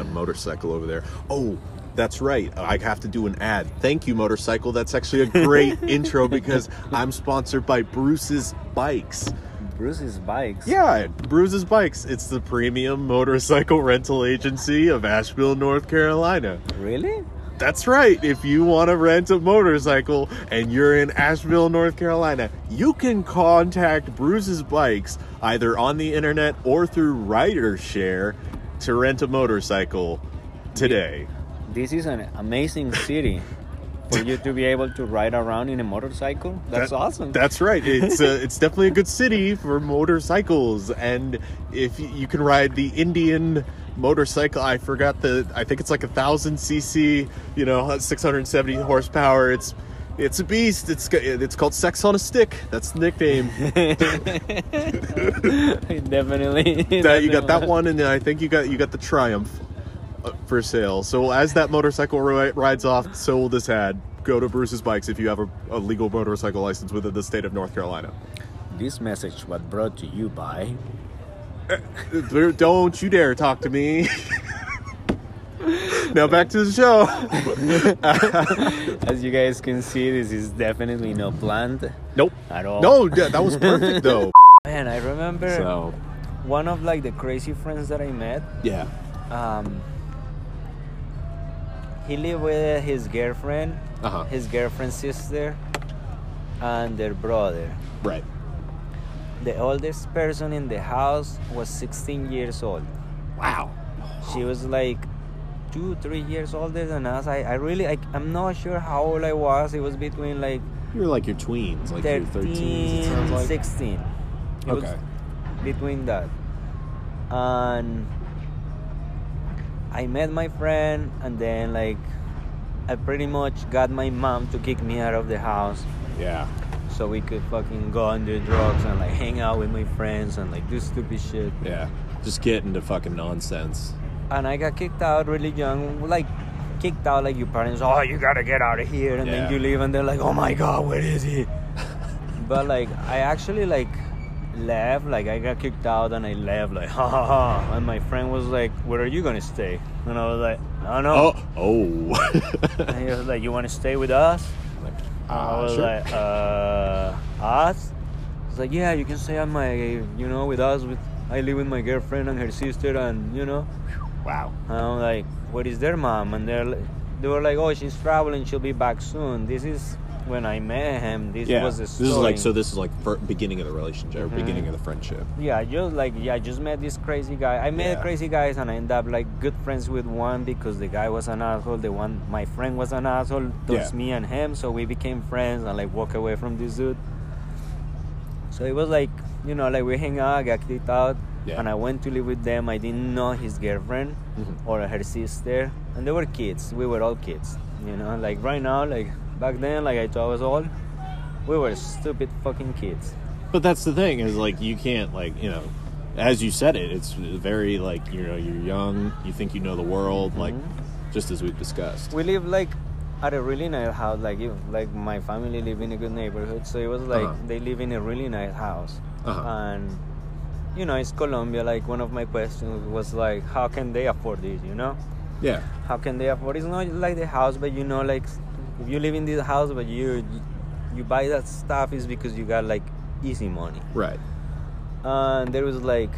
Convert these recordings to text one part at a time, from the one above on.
motorcycle over there. Oh, that's right. I have to do an ad. Thank you, motorcycle. That's actually a great intro because I'm sponsored by Bruce's Bikes. Bruce's bikes. Yeah, Bruce's Bikes. It's the premium motorcycle rental agency of Asheville, North Carolina. Really? That's right. If you want to rent a motorcycle and you're in Asheville, North Carolina, you can contact Bruce's Bikes either on the internet or through RiderShare to rent a motorcycle today. This is an amazing city for you to be able to ride around in a motorcycle. That's That- awesome. That's right. It's uh it's definitely a good city for motorcycles, and if y- you can ride the Indian motorcycle, I forgot the. I think it's like a thousand cc. You know, six hundred seventy horsepower. It's it's a beast. It's ca- it's called Sex on a Stick. That's the nickname. definitely. that you got that one, and then I think you got you got the Triumph uh, for sale. So as that motorcycle ri- rides off, so will this ad. Go to Bruce's Bikes if you have a, a legal motorcycle license within the state of North Carolina. This message was brought to you by Don't you dare talk to me. now back to the show. As you guys can see, this is definitely no planned Nope. at all. No, yeah, that was perfect though. Man, I remember So, one of like the crazy friends that I met. yeah. Um, he lived with his girlfriend, Uh-huh. his girlfriend's sister, and their brother. Right. The oldest person in the house was 16 years old. Wow. She was like two, three years older than us. I, I really, I, I'm not sure how old I was. It was between like You're like your tweens, like 13, 16. It was Okay. between that. And I met my friend, and then, like, I pretty much got my mom to kick me out of the house Yeah. so we could fucking go and do drugs and, like, hang out with my friends and, like, do stupid shit. Yeah. Just get into fucking nonsense. And I got kicked out really young, like, kicked out, like, your parents, oh, you gotta get out of here. And Yeah. then you leave, and they're like, oh my god, where is he? but like I actually like left, like I got kicked out and I left, like ha ha ha. And my friend was like, "Where are you gonna stay?" And I was like, "I don't know." Oh. Oh. And he was like, "You want to stay with us?" like, And I uh, was sure. like, "Uh, us?" He's like, "Yeah, you can stay at my, you know, with us. With I live with my girlfriend and her sister, and you know." wow. And I'm like, "What is their mom?" And they're li- they were like, "Oh, she's traveling. She'll be back soon." This is when I met him. This Yeah. was the this story. Mm-hmm. is like so. This is like fir- beginning of the relationship, or beginning of the friendship. Yeah, I just like yeah, I just met this crazy guy. I met Yeah. crazy guys and I end up like good friends with one because the guy was an asshole. The one my friend was an asshole towards Yeah. me and him, so we became friends and like walk away from this dude. So it was like you know like we hang out, I got kicked out, Yeah. and I went to live with them. I didn't know his girlfriend Mhm. or her sister, and they were kids. We were all kids, you know. Like right now, like back then, like I thought I was old. We were stupid fucking kids. But that's the thing is like you can't like you know, as you said it, it's very like you know you're young, you think you know the world, like just as we've discussed. we live like at a really nice house like you like my family live in a good neighborhood so it was like Uh-huh. they live in a really nice house Uh-huh. and you know it's colombia like one of my questions was like how can they afford this you know Yeah, how can they afford it's not like the house but you know like if you live in this house but you you buy that stuff is because you got like easy money right. and there was like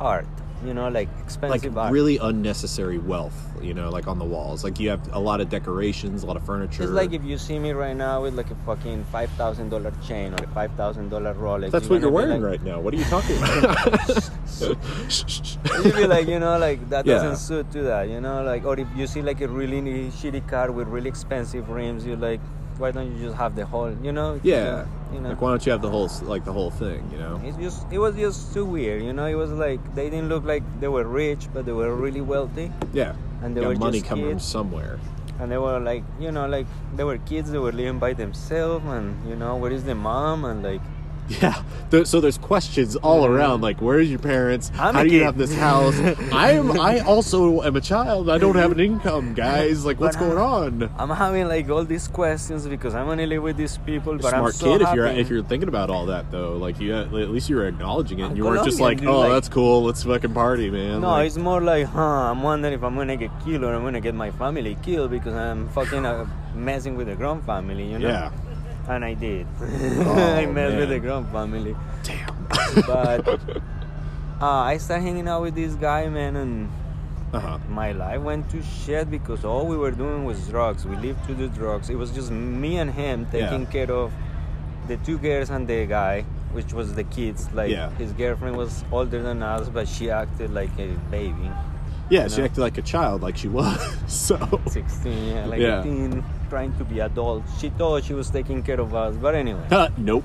art you know like Like expensive art really unnecessary wealth, you know, like on the walls. Like you have a lot of decorations, a lot of furniture. It's like if you see me right now with like a fucking five thousand dollar chain or a five thousand dollar Rolex. that's what you're wearing right now. What are you talking about? You'd be like, you know, like that Yeah. doesn't suit to that, you know, like or if you see like a really ne- shitty car with really expensive rims, you're like, why don't you just have the whole, you know? yeah, you know. like why don't you have the whole like the whole thing? You know, It's just it was just too weird, you know. It was like they didn't look like they were rich, but they were really wealthy, yeah. And they Got were money just coming from kids. somewhere. and they were like, you know, like they were kids. They were living by themselves, and you know, where is the mom? And like, Yeah. There, so there's questions all around, like where are your parents? I'm How a do you kid. have this house? I am. I also am a child. I don't have an income, guys. Like what's But I- going on? I'm having like all these questions because I'm only live with these people. But I'm Smart so kid, if you're happy. if you're thinking about all that though, like you at least you were acknowledging it. I'm you weren't just like, Colombian, oh, dude, like- that's cool. Let's fucking party, man. No, Like, it's more like, huh, I'm wondering if I'm gonna get killed or I'm gonna get my family killed because I'm fucking uh, messing with the Grom family, you know? yeah. And I did. I Oh, messed with man. the Grom family. Damn. But uh, I started hanging out with this guy, man, and Uh-huh. my life went to shit because all we were doing was drugs. We lived to do drugs. It was just me and him Yeah. taking care of the two girls and the guy, which was the kids. Like, Yeah. his girlfriend was older than us, but she acted like a baby. Yeah, she No. acted like a child, like she was. So 16, yeah, like Yeah. 18, trying to be adult. She thought she was taking care of us, but anyway. Uh, nope.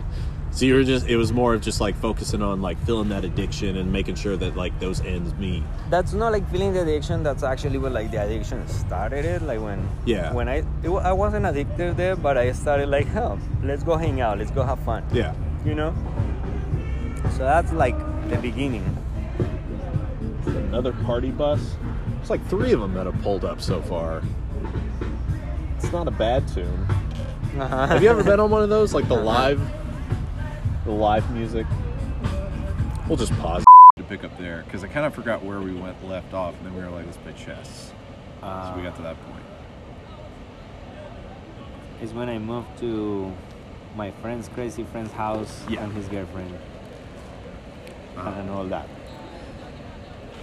so you were just it was more of just like focusing on like filling that addiction and making sure that like those ends meet. that's not like feeling the addiction. That's actually where like the addiction started. It like when Yeah. when I it, wa- I wasn't addicted there, but I started like, oh, let's go hang out, let's go have fun. Yeah. you know. So that's like the beginning. Another party bus. It's like three of them that have pulled up so far. It's not a bad tune. Uh-huh. Have you ever been on one of those? Like the live the live music? We'll just pause to pick up there because I kind of forgot where we went left off, and then we were like, let's play chess. so we got to that point. It's when I moved to my friend's crazy friend's house Yeah. and his girlfriend and all that.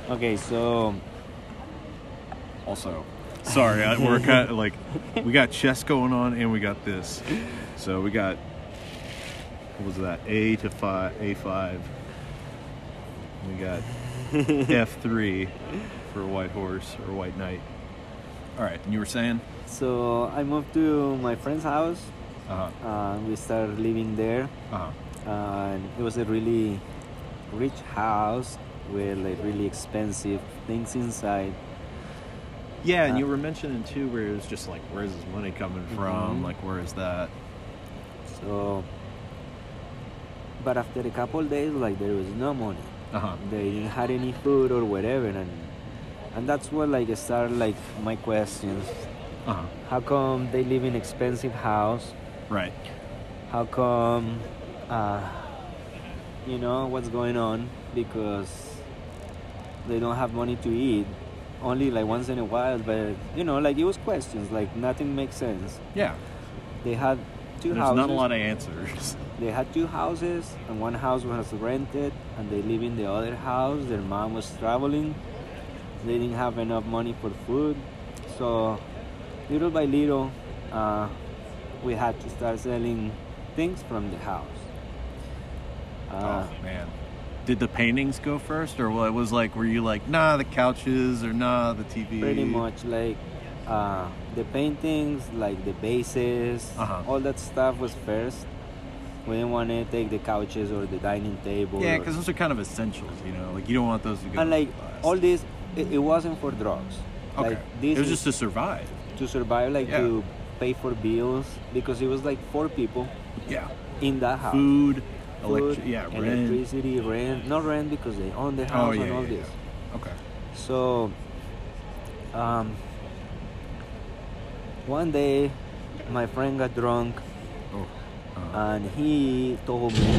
Okay, so Also, sorry, I, we're kind of like we got chess going on, and we got this. So we got what was that? A to five, A five. We got F three for white horse or white knight. All right, and you were saying? so I moved to my friend's house Uh huh. and we started living there. Uh huh. and it was a really rich house with like really expensive things inside. Yeah, and Uh, you were mentioning too where it was just like, where's his money coming from? Mhm. Like, where is that? So, but after a couple days, like there was no money. Uh huh. They didn't had any food or whatever, and and that's what like I started like my questions. Uh huh. How come they live in expensive house? Right. How come, uh, you know, what's going on? Because they don't have money to eat, only like once in a while. But you know, like it was questions, like nothing makes sense. Yeah. They had two There's houses. not a lot of answers. They had two houses, and one house was rented, and they live in the other house. Their mom was traveling. They didn't have enough money for food, so little by little, uh, we had to start selling things from the house. Uh, oh man. Did the paintings go first, or what? It was like, were you like, nah, the couches, or nah, the TV? Pretty much like uh, the paintings, like the bases, Uh-huh. all that stuff was first. We didn't want to take the couches or the dining table. Yeah, or- because those are kind of essentials, you know. Like you don't want those to go. and like last. all this it, it wasn't for drugs Okay. like this it was is just to survive. to survive like Yeah. to pay for bills because it was like four people Yeah. in that house Food, Food, electric, yeah, rent. electricity rent not rent because they own the Oh house yeah, and all yeah, this yeah. Okay. so um one day my friend got drunk Oh. Uh and he told me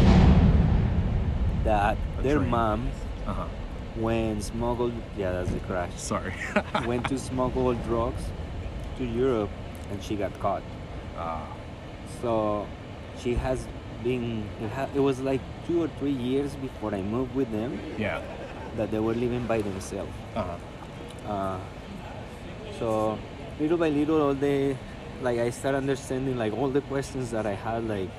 that A their drink. mom huh. when smuggled yeah that's the crash uh-huh. Sorry. went to smuggle drugs to Europe and she got caught. Ah. So she has been, it, ha- it was like two or three years before I moved with them yeah. that they were living by themselves. Uh huh. Uh, so little by little, all the, like I start understanding like all the questions that I had, like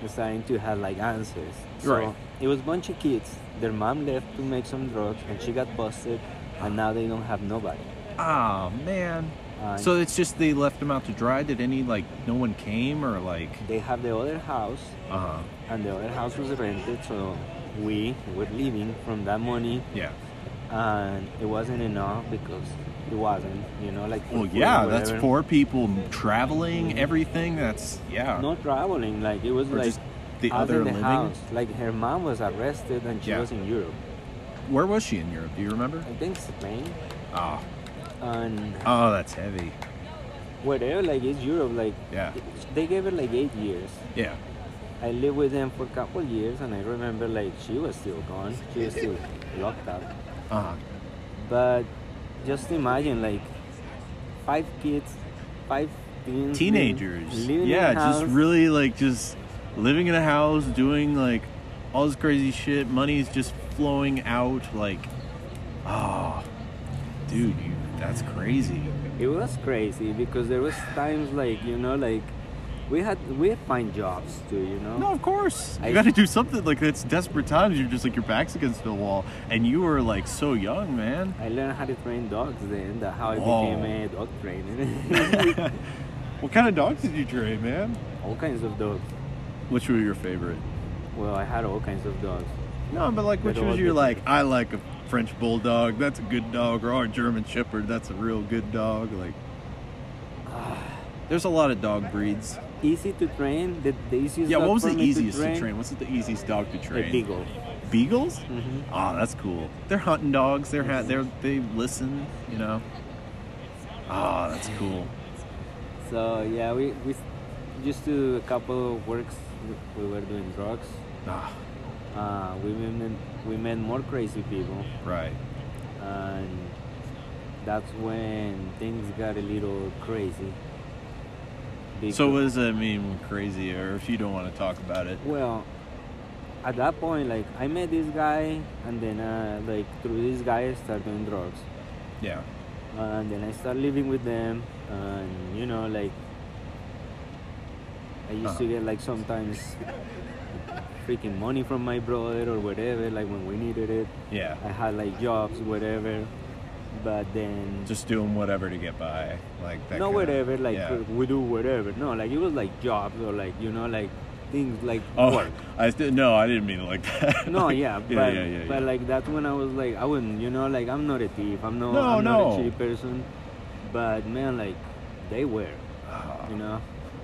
I'm starting to have like answers. So Right. it was bunch of kids. Their mom left to make some drugs and she got busted and now they don't have nobody. Ah man. Uh, so it's just they left them out to dry. Did any like no one came or like? they have the other house Uh huh. and the other house was rented so we were living from that money Yeah. and it wasn't enough because it wasn't you know like for Well, food or yeah, that's whatever. four people traveling, everything. That's yeah, not traveling like it was or like just The out other in the living. house. Like her mom was arrested and she Yeah. was in Europe. Where was she in Europe? Do you remember? I think Spain Ah. Oh, and oh, that's heavy. whatever. Like it's Europe. Like Yeah. they gave her like eight years. Yeah. I lived with them for a couple years, and I remember like she was still gone. She was still locked up. Uh huh. But just imagine like five kids, five teens, li- Teenagers. living in yeah, a just house. really like just living in a house, doing like all this crazy shit. Money's just flowing out. Like, oh, dude, you, that's crazy. It was crazy because there was times like you know like we had we find jobs too. You know. No, of course. You I- got to do something. Like it's desperate times. You're just like your back's against the wall, and you were like so young, man. I learned how to train dogs then. That how I Whoa. became a dog trainer. What kind of dogs did you train, man? all kinds of dogs. Which were your favorite? Well, I had all kinds of dogs. No, but like, which Middle was of your the- like? I like a French bulldog. That's a good dog, or "Oh, a German Shepherd. That's a real good dog. Like, there's a lot of dog breeds. Easy to train. The, the easiest. Yeah, dog what was for the me easiest to train? What's the easiest dog to train? A beagle. Beagles? hmm Oh, that's cool. They're hunting dogs. They're Mm-hmm. ha- they're they listen. You know. Oh, that's cool. So yeah, we we s- used to do a couple of works. We were doing drugs. Ah, Uh, we met we met more crazy people, right. and that's when things got a little crazy. So Because- what does that mean? when Crazy, or if you don't want to talk about it? Well, at that point, like I met this guy, and then uh, like through this guy, I started doing drugs, Uh, Yeah. and then I started living with them, and you know, like I used to Uh-huh. get like sometimes freaking money from my brother or whatever, like when we needed it. Yeah. I had like jobs, whatever, but then Just doing whatever to get by, like that. no kinda- whatever, like yeah. we do whatever. No, like it was like jobs or like you know like things like Oh, work. I st- no, I didn't mean it like that. No, Like, yeah, but but like that's when I was like, I wouldn't, you know, like I'm not a thief, I'm not, No, I'm not no. a shitty person, but man, like they were, Ah. you know.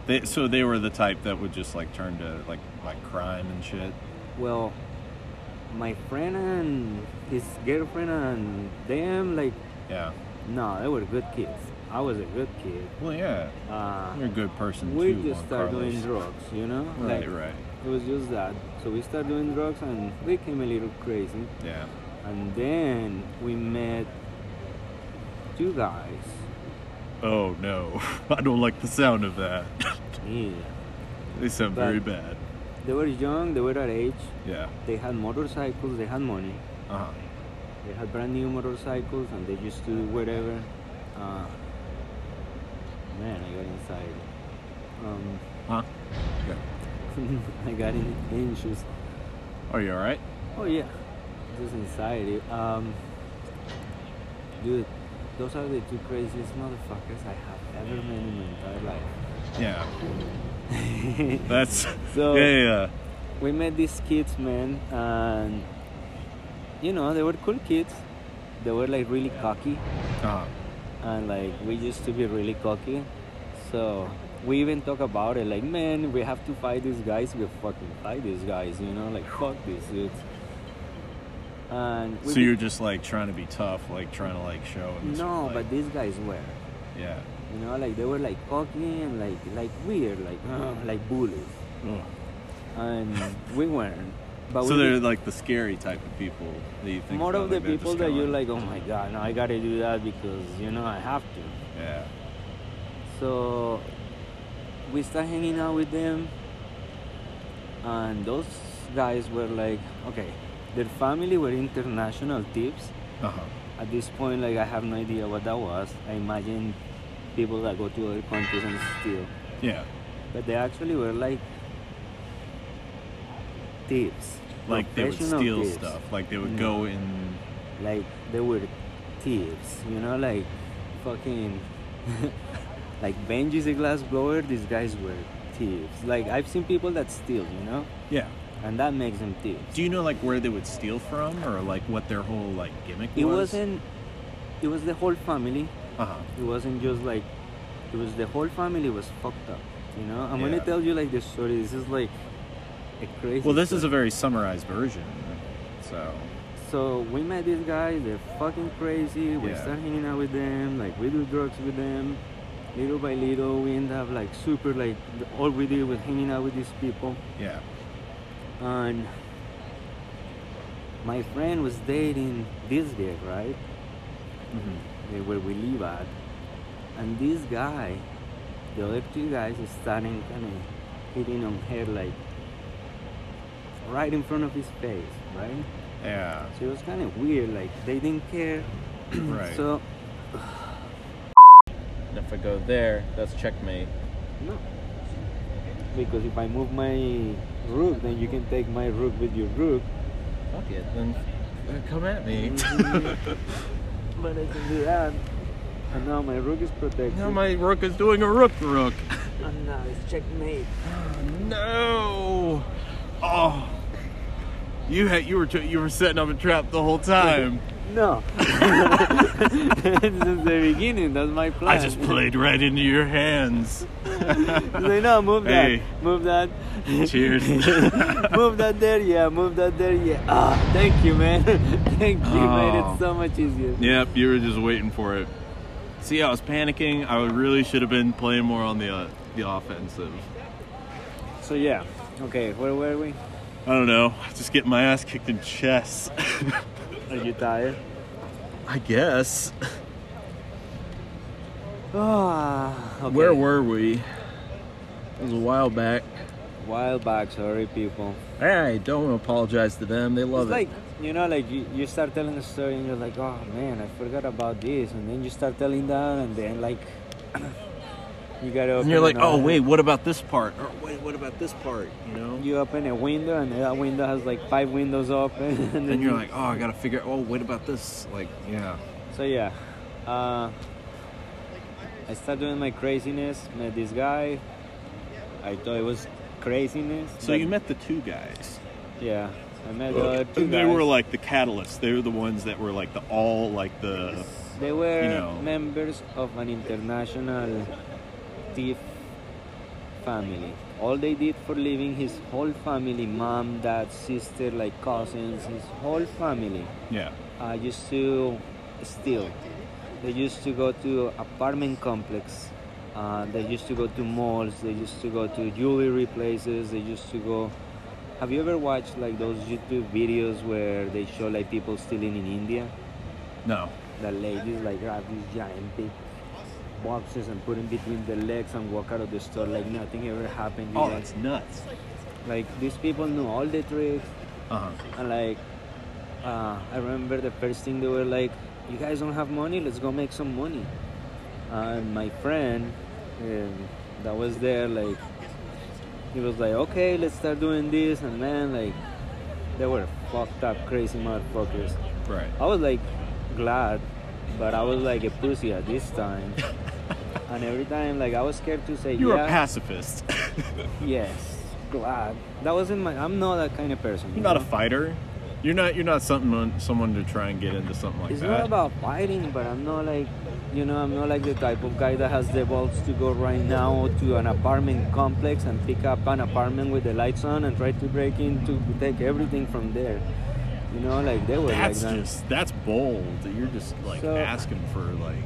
They, so they were the type that would just like turn to like like crime and shit. Well, my friend and his girlfriend and them, like, Yeah. no, they were good kids. I was a good kid. Well, yeah, Uh, you're a good person we too. just Juan started doing Carlos. drugs, you know. Right, like, right. It was just that. So we started doing drugs and we came a little crazy. Yeah. And then we met two guys. Oh no, I don't like the sound of that. Yeah. they sound But- very bad. They were young, they were that age, Yeah. they had motorcycles, they had money, Uh huh. they had brand new motorcycles, and they used to do whatever. Uh, man, I got inside. Um, Huh? I got in, anxious. Are you all right? Oh, yeah, just anxiety. Um, dude, those are the two craziest motherfuckers I have ever met in my entire life. Yeah. That's So- yeah, yeah. We met these kids, man, and you know, they were cool kids. They were like really cocky. Uh-huh. and like we used to be really cocky so we even talk about it like man we have to fight these guys we fucking fight these guys you know like fuck these dudes and we So be- you're just like trying to be tough, like trying to like show. in this, no like- but these guys were yeah. you know like they were like cocky and like like weird like Uh-huh. like bullies Ugh. and we weren't but so we they're be- like the scary type of people that you think. more about, of the like, uh-huh. they're just people that kinda you're like oh my god no i gotta do that because you know i have to Yeah. So we start hanging out with them, and those guys were like, okay, their family were international thieves. Uh Uh-huh. huh. At this point, like I have no idea what that was. I imagine people that go to other countries and steal, Yeah. but they actually were like thieves. Like they would professional steal thieves. stuff. Like they would Mm. go in. Like they were thieves, you know, like fucking like Benji's a glass blower, these guys were thieves. Like I've seen people that steal, you know? Yeah. And that makes them thieves. Do you know like where they would steal from, or like what their whole like gimmick It was? wasn't it was the whole family. Uh huh. It wasn't just like it was the whole family was fucked up. You know? I'm Yeah. gonna tell you like the story. This is like a crazy. Well, this story. is a very summarized version. So, So we met these guys. They're fucking crazy. We Yeah. start hanging out with them. Like we do drugs with them. Little by little, we end up like super. Like th- all we did was hanging out with these people. yeah. And my friend was dating this girl, right? Mm-hmm. They- Where we live at. And this guy, the other two guys, is starting kind of hitting on her like right in front of his face, right? Yeah. So it was kind of weird. Like they didn't care. Right. So And if I go there, that's checkmate. no, because if I move my rook, then you can take my rook with your rook. Fuck it, then then come at me. Mm-hmm. But I can do that. And now my rook is protected. now my rook is doing a rook rook. And now it's checkmate. No. Oh, you had you were t- you were setting up a trap the whole time. No. Since the beginning, that's my plan. I just played right into your hands. Say, no, move that. Hey. Move that. Cheers. move that there, yeah. Move that there, yeah. Ah, thank you, man. thank you. Made Oh. it so much easier. Yep, you were just waiting for it. See, I was panicking. I really should have been playing more on the uh, the offensive. So yeah. Okay, where were we? I don't know. Just getting my ass kicked in chess. Are you tired? I guess. Ah, okay. Where were we? It was a while back. Wild back, sorry, people. I don't apologize to them. They love it's it. like you know, like you, you start telling a story and you're like, oh man, I forgot about this, and then you start telling that, and then like you gotta. Open And you're like, another- oh wait, what about this part? Or wait, what about this part? You know? You open a window, and that window has like five windows open, and then And you're you- like, oh, I gotta figure. Oh, what about this? Like, yeah. So yeah, uh, I started doing my craziness. Met this guy. I thought it was craziness. So but- you met the two guys. Yeah, I met the other Uh, two And Uh, they were guys. like the catalysts. They were the ones that were like the all like the They were you know. members of an international thief family. All they did for living, his whole family mom, dad, sister, like cousins, his whole family yeah. uh, used to steal. They used to go to apartment complex. Uh, they used to go to malls. They used to go to jewelry places. They used to go. Have you ever watched like those YouTube videos where they show like people stealing in India? No. The ladies like grab these giant big boxes and put in between their legs and walk out of the store like nothing ever happened. You Oh, guys- that's nuts. Like these people knew all the tricks Uh huh. and like uh, I remember the first thing they were like, "You guys don't have money? Let's go make some money." And my friend um, that was there, like, he was like, "Okay, let's start doing this," and man, like, they were fucked up, crazy motherfuckers. Right. I was like glad, but I was like a pussy at this time. and every time, like, I was scared to say You were yeah. a pacifist. yes, glad. That wasn't my. I'm not that kind of person. you You're not a know? fighter. You're not. You're not something. Someone to try and get into something like It's that. not about fighting, but I'm not like, you know, I'm not like the type of guy that has the balls to go right now to an apartment complex and pick up an apartment with the lights on and try to break in to take everything from there. You know, like they were that's like that. just. That's bold. You're just like So- asking for like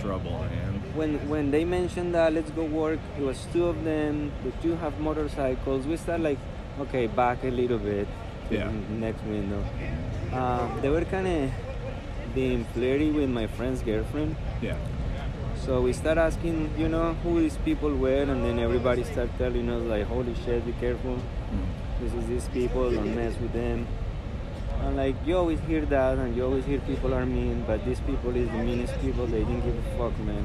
trouble, man. When when they mentioned that let's go work, it was two of them. The two have motorcycles. We start like, okay, back a little bit. to Yeah. the Next window. Uh, they were kind of being flirty with my friend's girlfriend. Yeah. So we start asking, you know, who these people were, and then everybody start telling us like, holy shit, be careful. This is these people, don't mess with them. And like, you always hear that, and you always hear people are mean, but these people is the meanest people. They didn't give a fuck, man.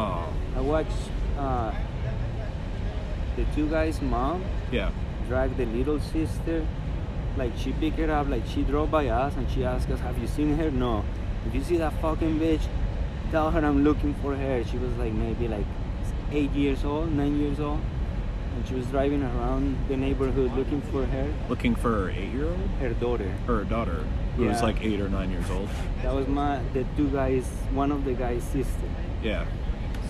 Oh. I watched uh, the two guys' mom Yeah. drag the little sister. Like she picked her up, like she drove by us and she asked us, Have you seen her? No. If you see that fucking bitch, tell her I'm looking for her. She was like maybe like eight years old, nine years old. And she was driving around the neighborhood looking for her, Looking for her eight-year-old, her daughter. her daughter, who was Yeah. like eight or nine years old. That was my the two guys one of the guys' sister. Yeah.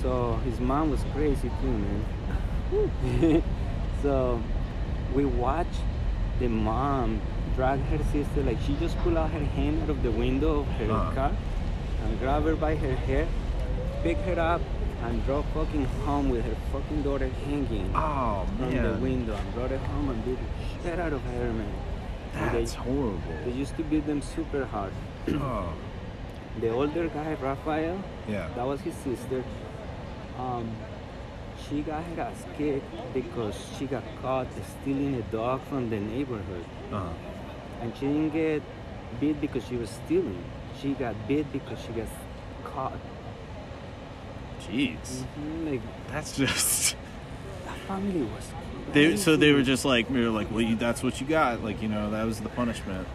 So his mom was crazy too, man. so we watched the mom drag her sister like she just pulled out her hand out of the window of her Uh-huh. car and grab her by her hair, pick her up and drove fucking home with her fucking daughter hanging Oh from the man, window and brought her home and beat the shit out of her man. And that's they, horrible. they used to beat them super hard. Oh, The older guy, Raphael, yeah. that was his sister. Um, she got her ass kicked because she got caught stealing a dog from the neighborhood. Uh-huh. And she didn't get beat because she was stealing. She got beat because she got caught. Jeez. Mhm, Like, That's just. that family was. They, so they were crazy. just like, we were like, well, you, that's what you got. Like, you know, that was the punishment.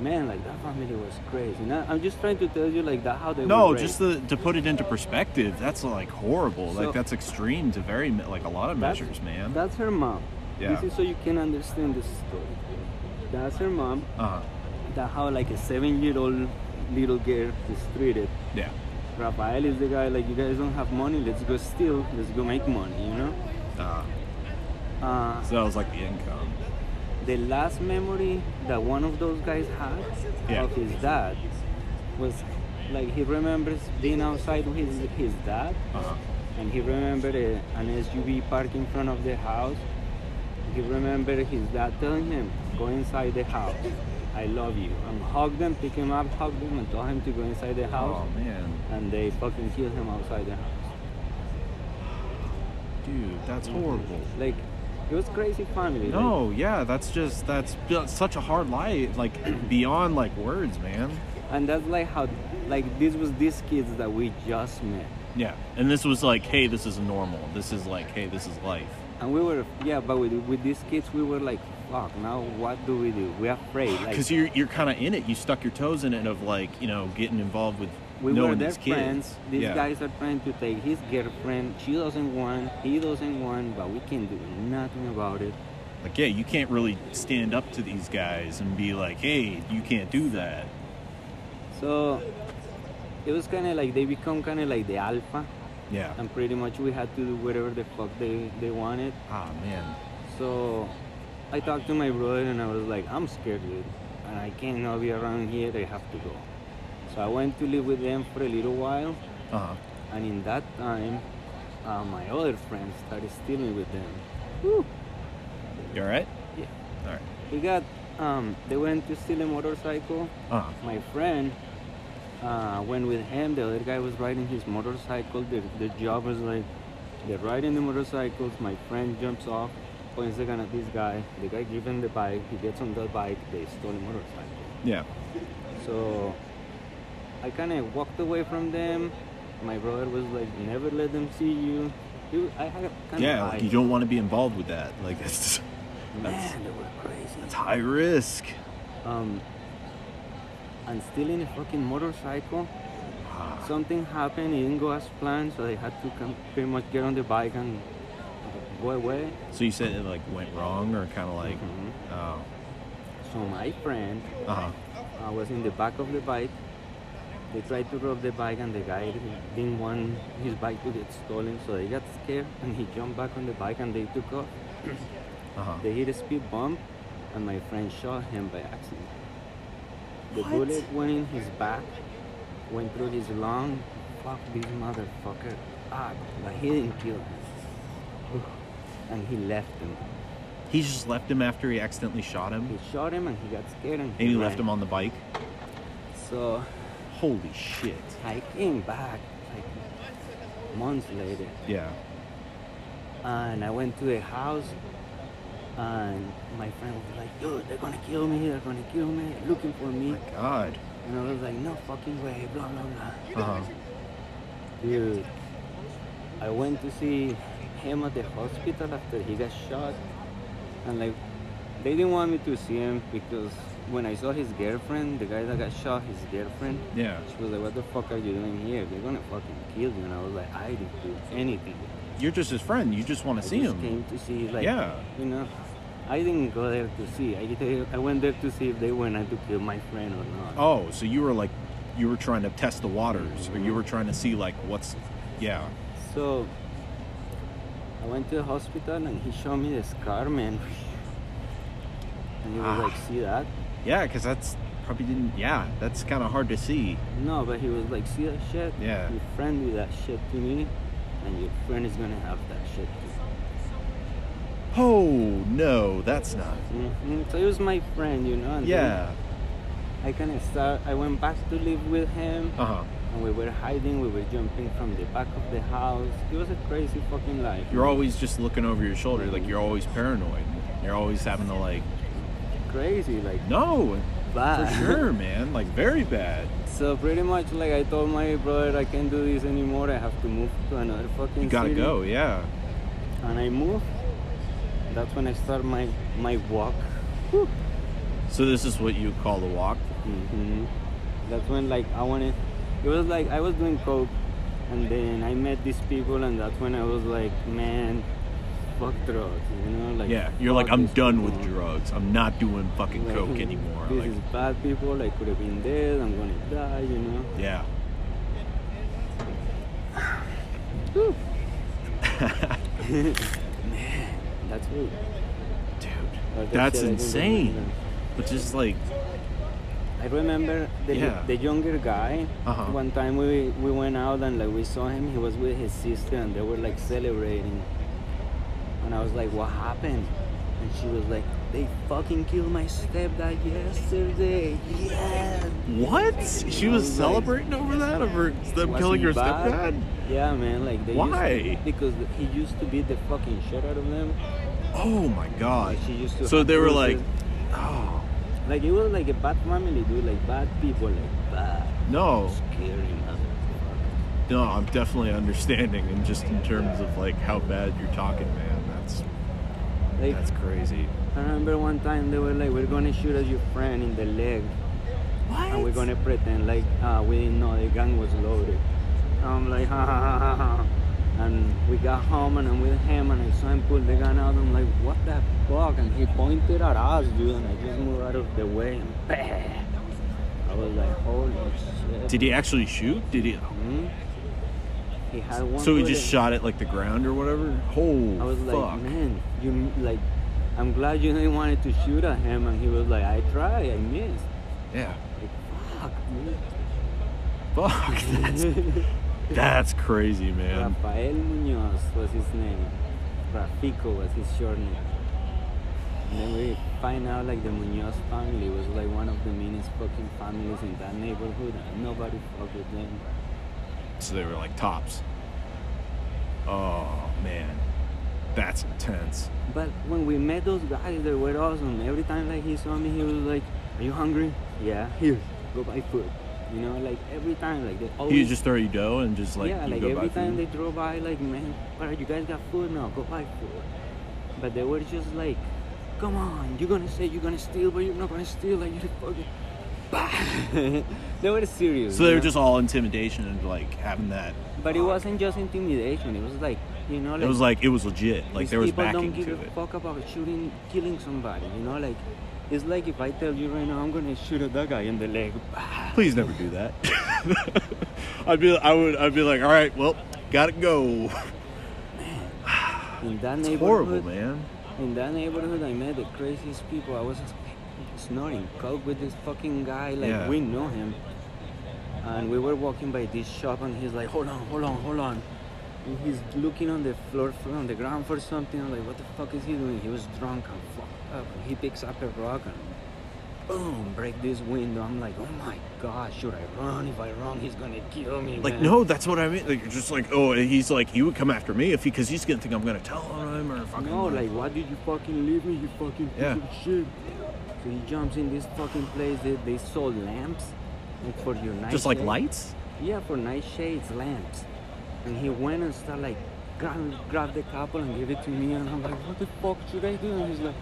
Man, like, that family was crazy. Now, I'm just trying to tell you, like, that how they No, were. just the, to put it into perspective, that's like horrible. So- like, that's extreme to very, me- like, a lot of That's- measures, man. That's her mom. Yeah. This is so you can understand this story. That's her mom. Uh huh. That how like a seven-year-old little girl is treated. Yeah. Rafael is the guy like you guys don't have money, let's go steal, let's go make money, you know. Uh, Uh, so that was like the income. the last memory that one of those guys had Yeah. of his dad was like he remembers being outside with his, his dad Uh huh. and he remembered a, an SUV parked in front of the house. He remembered his dad telling him, "Go inside the house. I love you." And hug them, pick him up, hug them, and tell him to go inside the Oh, house. man. And they fucking killed him outside the house. Dude, that's Mm. horrible. Like it was crazy family. like, No, yeah, that's just, that's ju- such a hard life. Like, beyond, like, words, man. and that's like how, like this was these kids that we just met, Yeah. And this was like, hey, this is normal. This is like, hey, this is life. and we were yeah, but with with these kids we were like, fuck. Now what do we do? We're afraid. Like Because you're, you're kind of in it. You stuck your toes in it of, like, you know, getting involved with we knowing were their these kids. friends. These yeah. guys are trying to take his girlfriend. She doesn't want. He doesn't want. But we can do nothing about it. Like, yeah, you can't really stand up to these guys and be like, hey, you can't do that. So it was kind of like they become kind of like the alpha, Yeah. and pretty much we had to do whatever the fuck they they wanted. Ah, man. So I talked to my brother and I was like, I'm scared, dude, and I cannot be around here. I have to go. So I went to live with them for a little while, Uh huh. and in that time, uh, my other friends started stealing with them. You all right? Yeah. All right. We got. Um, they went to steal a motorcycle. Uh huh. My friend uh, went with him. The other guy was riding his motorcycle. The, the job was like, they're riding the motorcycles. My friend jumps off, points the gun at this guy. The guy gives him the bike. He gets on the bike. They stole the motorcycle. Yeah. So I kind of walked away from them. My brother was like, never let them see you. He, I had kind Yeah, of like, you don't want to be involved with that. Like, that's, that's, Man, they were crazy. that's high risk. um, and stealing a fucking motorcycle. Something happened, it didn't go as planned, so they had to come, pretty much get on the bike and go away. So you said it, like, went wrong or kind of like, Mm-hmm. oh, So my friend uh huh. uh, was in the back of the bike. They tried to rob the bike, and the guy didn't- didn't want his bike to get stolen, so they got scared and he jumped back on the bike and they took off. Uh-huh. They hit a speed bump, and my friend shot him by accident. The bullet went in his back, went through his lung. Fuck this motherfucker up, but he didn't kill him. And he left him. He just left him after he accidentally shot him, He shot him, and he got scared, and he, and he left ran. him on the bike. So Holy shit. I came back like months later, Yeah. and I went to a house, and my friend was like, "Dude, they're gonna kill me! They're gonna kill me! They're looking for me!" My God. And I was like, "No fucking way!" Blah blah blah. Uh huh. Dude, I went to see him at the hospital after he got shot, and like, they didn't want me to see him because when I saw his girlfriend, the guy that got shot, his girlfriend, Yeah. She was like, what the fuck are you doing here? They're gonna fucking kill you. And I was like, I didn't do anything. You're just his friend. You just want to see I just him. came to see, like, Yeah. you know, I didn't go there to see. I, did- I went there to see if they wanted to kill my friend or not. Oh, so you were like, you were trying to test the waters, or you were trying to see like what's, yeah, So I went to the hospital and he showed me the scar, man. And you would Ah. like see that. Yeah, because that's probably didn't. Yeah, that's kind of hard to see. No, but he was like, see that shit? Yeah. Your friend do that shit to me, and your friend is gonna have that shit too. Oh no, that's not. Mhm. So he was my friend, you know. And then Yeah. I kind of start. I went back to live with him, Uh huh. and we were hiding. We were jumping from the back of the house. It was a crazy fucking life. You're always just looking over your shoulder, like you're always paranoid. You're always having to like, crazy, like no, for bad. sure, man, like very bad. So pretty much, like I told my brother, I can't do this anymore. I have to move to another fucking. You gotta city. go. Yeah. And I moved. That's when I start my my walk. So this is what you call the walk. hmm That's when like I wanted. It was like I was doing coke, and then I met these people, and that's when I was like, man, fuck drugs, you know? Like Yeah. You're like, fuck I'm these done with people. drugs. I'm not doing fucking Like, coke anymore. This Like, is bad people. I could have been dead. I'm gonna die, you know. yeah. That's weird. Dude, Or that that's shit I didn't insane. remember. But just like, I remember the, Yeah. the younger guy. Uh-huh. One time we, we went out and like we saw him. He was with his sister and they were like celebrating. And I was like, "What happened?" And she was like, "They fucking killed my stepdad yesterday." Yeah. what? She was Like- celebrating over that, over them Was killing he your bad? stepdad. Yeah, man. Like they. Why? Used to, because he used to beat the fucking shit out of them. Oh my god. Like, she used to. So have they were like, bruises. oh Like it was like a bad family, dude. Like bad people, like bad, no, scary motherfucker. no. I'm definitely understanding, and just in terms of like how bad you're talking, man. That's Like that's crazy. I remember one time they were like, "We're gonna shoot at your friend in the leg, and we're gonna pretend like uh, we didn't know the gun was loaded." I'm like, "Ha ha ha ha ha!" And we got home, and I'm with him, and I saw him pull the gun out. I'm like, "What the fuck?" And he pointed at us, dude, and I just moved out of the way, and bam! I was like, "Holy shit!" Did he actually shoot? Did he? Hmm? He had one. So he bullet. just shot at like the ground or whatever. I Oh was fuck! like, man, you like, I'm glad you didn't wanted to shoot at him. And he was like, I tried, I missed. Yeah. Like, fuck, Fuck. dude. That's that's crazy, man. Rafael Munoz was his name. Rafico was his short name. And then we find out like the Munoz family was like one of the meanest fucking families in that neighborhood, and nobody fucked with them. So they were like tops. Oh man, that's intense. But when we met those guys, they were awesome. Every time like he saw me, he was like, "Are you hungry? Yeah, here, go buy food." You know, like every time, like they always. He just throw you dough and just like yeah, you like go every buy time food? they drove by, like man, what are you guys got food now? Go buy food. But they were just like, come on, you're gonna say you're gonna steal, but you're not gonna steal. Like you're fucking. Bah! they were serious. So they you were know? just all intimidation and like having that. But it wasn't just intimidation. It was like, you know, like It was like it was legit. Like These there was people backing don't give to a it. fuck about shooting, killing somebody. You know, like it's like if I tell you right now, I'm gonna shoot at that guy in the leg. Please never do that. I'd be I would I'd be like, all right, well, gotta go. In that It's neighborhood, horrible, man. in that neighborhood, I met the craziest people. I was snorting coke with this fucking guy. Like Yeah. we know him, and we were walking by this shop, and he's like, "Hold on, hold on, hold on." And he's looking on the floor, for, on the ground for something. I'm like, "What the fuck is he doing?" He was drunk and fucked up. And he picks up a rock and boom, break this window. I'm like, "Oh my god, should I run? If I run, he's gonna kill me." Like man." no, that's what I mean. Like you're just like, oh, and he's like he would come after me if he because he's gonna think I'm gonna tell on him or fucking. No, like, why did you fucking leave me, you fucking piece Yeah. of shit? So he jumps in this fucking place. They, they sold lamps like, for your night. just like lights. Yeah, for nightshades, lamps. And he went and started like grab, grab the couple and give it to me. And I'm like, what the fuck should I do? And he's like,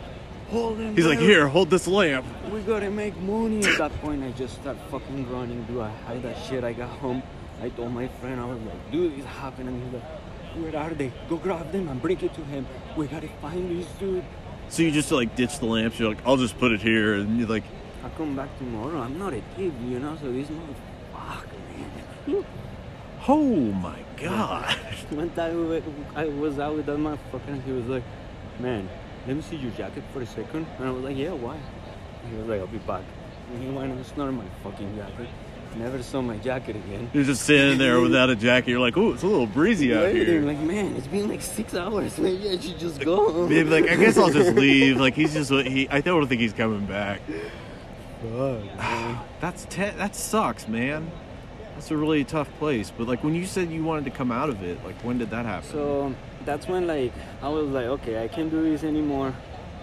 hold them. He's like, down. here, hold this lamp. We gotta make money. At that point, I just start fucking running. Do I hide that shit? I got home. I told my friend, I was like, dude, this happened. And he's like, where are they? Go grab them and bring it to him. We gotta find this dude. So you just like ditch the lamps. You're like, I'll just put it here, and you're like, I come back tomorrow. I'm not a kid, you know. So this month, fuck, man. oh my god. One time we were- I was out with that motherfucker, and he was like, man, let me see your jacket for a second. And I was like, yeah, why? He was like, I'll be back. And he went and snarted my fucking jacket. Never saw my jacket again. You're just standing there without a jacket. You're like, ooh, it's a little breezy out Later, here. Like, man, it's been like six hours. Maybe I should just go. home." Maybe like I guess I'll just leave. Like he's just he. I don't think he's coming back. That's te- that sucks, man. That's a really tough place. But like when you said you wanted to come out of it, like when did that happen? So that's when like I was like, okay, I can't do this anymore,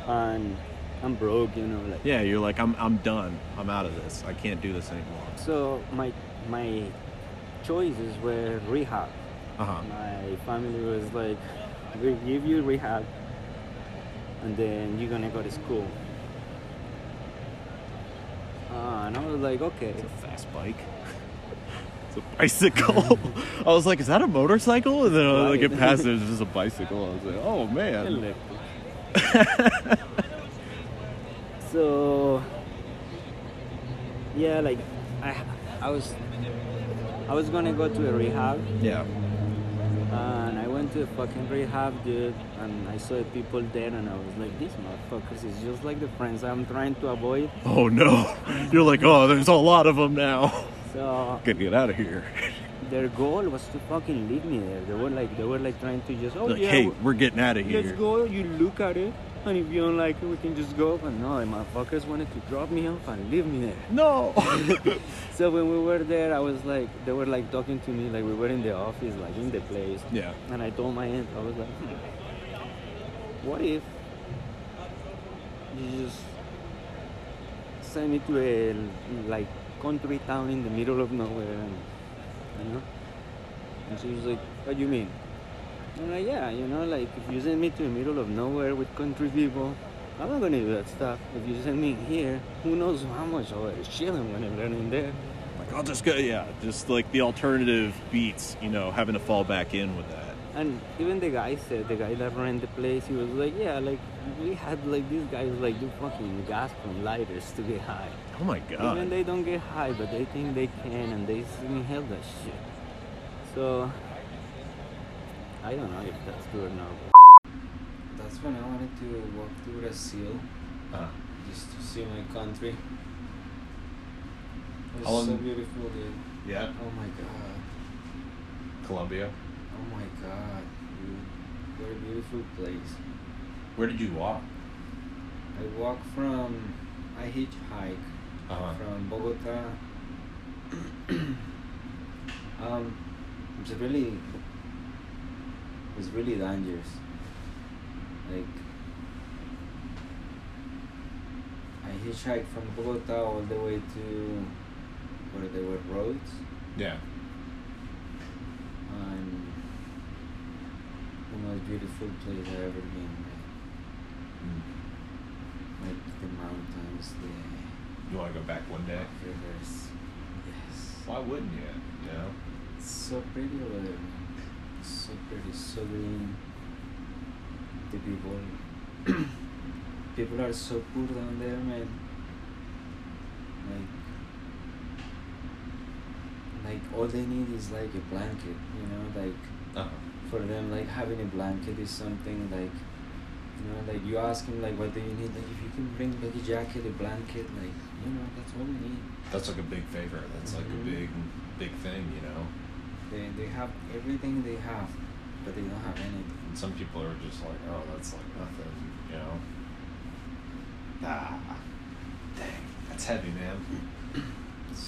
and I'm broke, you know. Like, yeah, you're like I'm I'm done. I'm out of this. I can't do this anymore. so my my choices were rehab. Uh huh. My family was like, we give you rehab, and then you're gonna go to school. Uh, and I was like, okay. It's a fast bike. It's a bicycle. I was like, is that a motorcycle? And then I like, it Right. passed. It was just a bicycle. I was like, oh man. Electric. so yeah, like I, I was, I was gonna go to a rehab, Yeah. and I went to a fucking rehab, dude, and I saw people there, and I was like, these motherfuckers is just like the friends I'm trying to avoid. Oh no. You're like, oh, there's a lot of them now. So Gotta get out of here. their goal was to fucking leave me there. They were like, they were like trying to just, oh like, yeah, hey, w- we're getting out of let's here. go. You look at it, and if you don't like it, we can just go. But no, the motherfuckers wanted to drop me off and leave me there. No. So when we were there, I was like, they were like talking to me, like we were in the office, like in the place. yeah. And I told my aunt, I was like, "Hmm, what if you just send me to a like country town in the middle of nowhere, and, you know? And she was like, what do you mean? I'm like, yeah, you know, like if you send me to the middle of nowhere with country people, I'm not gonna do that stuff. If you send me here, who knows how much all that shit I'm gonna learn in there. Like, I'll just go. Yeah. Just like the alternative beats. You know, having to fall back in with that. And even the guy said, the guy that ran the place, he was like, yeah, like we had like these guys like do fucking gas from lighters to get high. Oh my Even god. they don't get high, but they think they can, and they sing hell that shit. So I don't know if that's true or not. That's when I wanted to walk to Brazil, Uh, just to see my country. It How long- beautiful, dude. Oh yeah. my god. Colombia. Oh my god, dude. What a beautiful place. Where did you walk? I walk from, I hitchhike Uh-huh. from Bogota. um, it's really, it's really dangerous. Like, I hitchhike from Bogota all the way to where there were roads, Yeah. and the most beautiful place I've ever been. Hmm. Like, like the mountains, the You want to go back one day? Rivers. Yes. Why wouldn't you? You know. It's so pretty over there. man. It's so pretty, so green. The people. people are so poor down there, man. Like. Like all they need is like a blanket, you know, like Uh-huh. for them like having a blanket is something like you know like you ask him like what do you need like if you can bring like a jacket a blanket like you know that's all we need That's like a big favor. That's like Mm-hmm. a big, big thing, you know. They, they have everything they have, but they don't have anything. And some people are just like, oh, that's like nothing, you know. Ah, dang, that's heavy, man.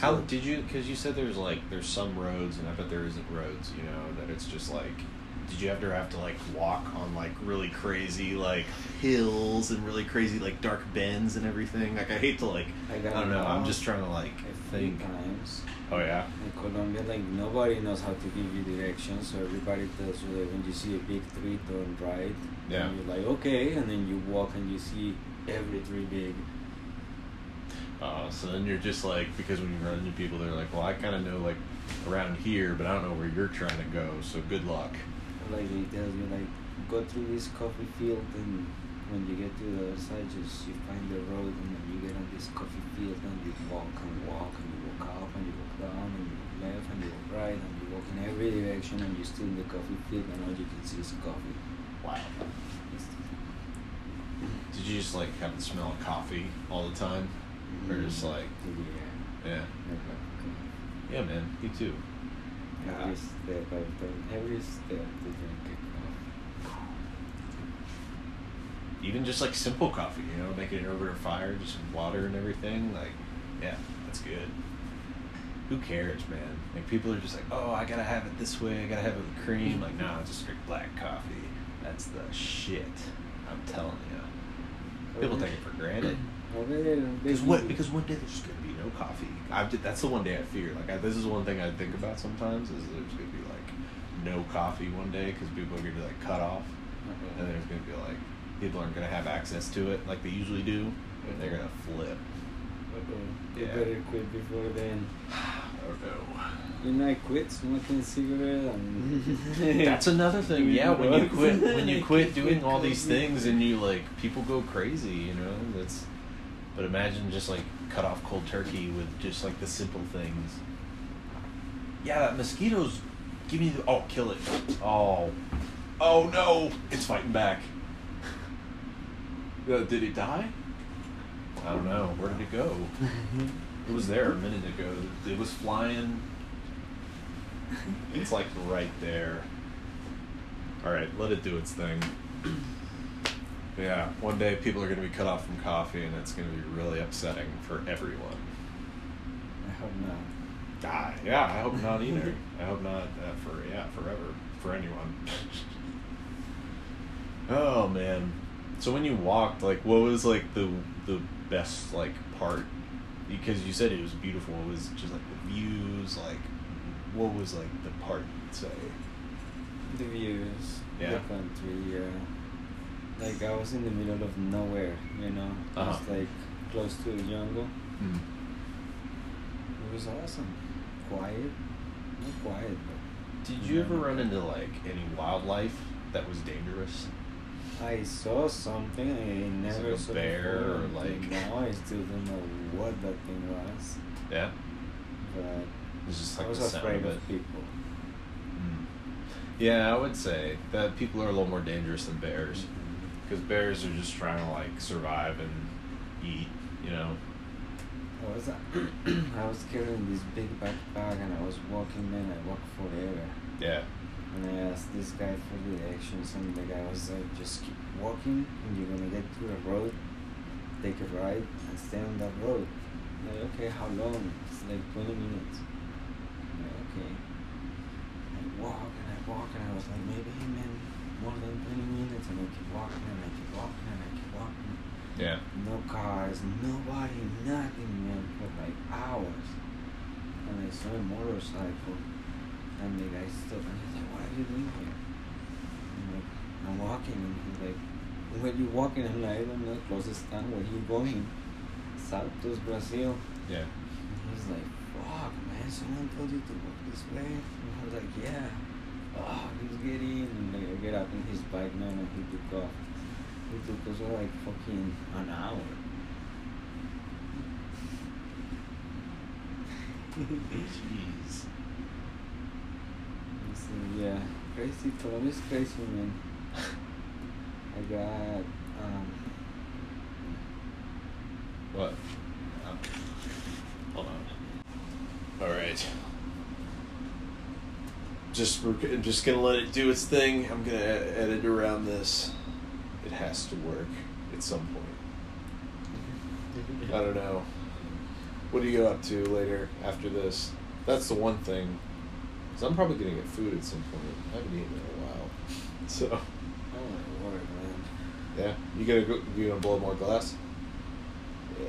How So- did you? Because you said there's like there's some roads, and I bet there isn't roads, you know. That it's just like, did you ever have to like walk on like really crazy like hills and really crazy like dark bends and everything? Like I hate to like, I, I got don't know. I'm lost just trying to like a few think. times Oh yeah. in Colombia, like nobody knows how to give you directions, so everybody tells you like when you see a big tree, turn right. Yeah. And you're like okay, and then you walk and you see every tree big. Uh, so then you're just like because when you run into people, they're like, well, I kind of know like around here, but I don't know where you're trying to go. So good luck. Like they tell you like go through this coffee field and when you get to the other side just you find the road and then you get on this coffee field and you walk and walk and you walk up and you walk down and you walk left and you walk right and you walk in every direction and you're still in the coffee field and all you can see is coffee. Wow. It's- Did you just like have the smell of coffee all the time, or just Mm-hmm. like yeah, yeah, man, me too. Every step I take, every step to drink a coffee. Even just like simple coffee, you know, making it over a fire, just some water and everything. Like, yeah, that's good. Who cares, man? Like people are just like, oh, I gotta have it this way. I gotta have it with cream. Like, nah, just drink black coffee. That's the shit. I'm telling you. People take it for granted. Over Because what? Because one day there's just gonna be no coffee. I did, that's the one day I fear. Like I, this is one thing I think about sometimes is there's gonna be like no coffee one day because people are gonna be like cut off, and there's gonna be like people aren't gonna have access to it like they usually do, and they're gonna flip. You Yeah. better quit before then. I don't know. You know, I quit smoking cigarette and. That's another thing. Yeah, when you Drugs. quit, when you quit doing all these things, and you like people go crazy. You know, that's. But imagine just like cut off cold turkey with just like the simple things. Yeah, that mosquito's give me the oh kill it. Oh, oh no, it's fighting back. Uh, did it die? I don't know. Where did it go? it was there a minute ago. It was flying. It's like right there. All right, let it do its thing. Yeah, one day people are going to be cut off from coffee, and it's going to be really upsetting for everyone. I hope not. Ah, yeah, I hope not either. I hope not uh, for yeah forever for anyone. oh man, so when you walked, like, what was like the the best like part? Because you said it was beautiful. It was just like the views. Like, what was like the part you'd say? The views, Yeah. the country, yeah. Like, I was in the middle of nowhere, you know? Just Uh-huh. like close to the jungle. It was awesome. Quiet. Not quiet, but. Did you ever run into like any wildlife that was dangerous? I saw something I Was it never a saw bear before or, until like- now I still don't know what that thing was, Yeah, but it was just like I was the sound afraid of of, it. people. Mm. Yeah, I would say that people are a little more dangerous than bears because bears are just trying to like survive and eat, you know. I was I was carrying this big backpack and I was walking man I walked forever Yeah. and I asked this guy for directions and the guy was like just keep walking and you're gonna get to a road take a ride and stay on that road I'm like okay how long it's like 20 minutes I'm like okay I walk and I walk and I was like maybe man more than 20 minutes and I keep walking and I keep walking and I keep walking Yeah. no cars, nobody, nothing, man, for like hours. And I saw a motorcycle, and the guy stopped, and he's like, what are you doing here? I'm like, I'm walking, and he's like, where you walking? I'm like, I'm not closest town, where you going? Saltos, Brazil. Yeah. And he's like, fuck, man, someone told you to walk this way? And I was like, yeah. Oh, he's getting, and like, I get up in his bike, man, and he took off. He took us for like fucking an hour. Jeez. I said, yeah, crazy, Colombia's crazy, man. I got, um, What? Um, hold on. All right. Just we're g- just gonna let it do its thing. I'm gonna e- edit around this. It has to work at some point. I don't know. What are you up to later after this? That's the one thing. Cause I'm probably gonna get food at some point. I haven't eaten in a while, so oh my word, man. yeah. You gonna go, you gonna blow more glass? Yeah.